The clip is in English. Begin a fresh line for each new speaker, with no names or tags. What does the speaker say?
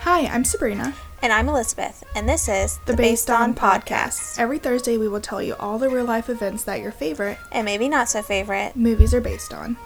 Hi, I'm Sabrina.
And I'm Elizabeth, and this is
The Based, On Podcast. Every Thursday, we will tell you all the real life events that your favorite
and maybe not so favorite
movies are based on.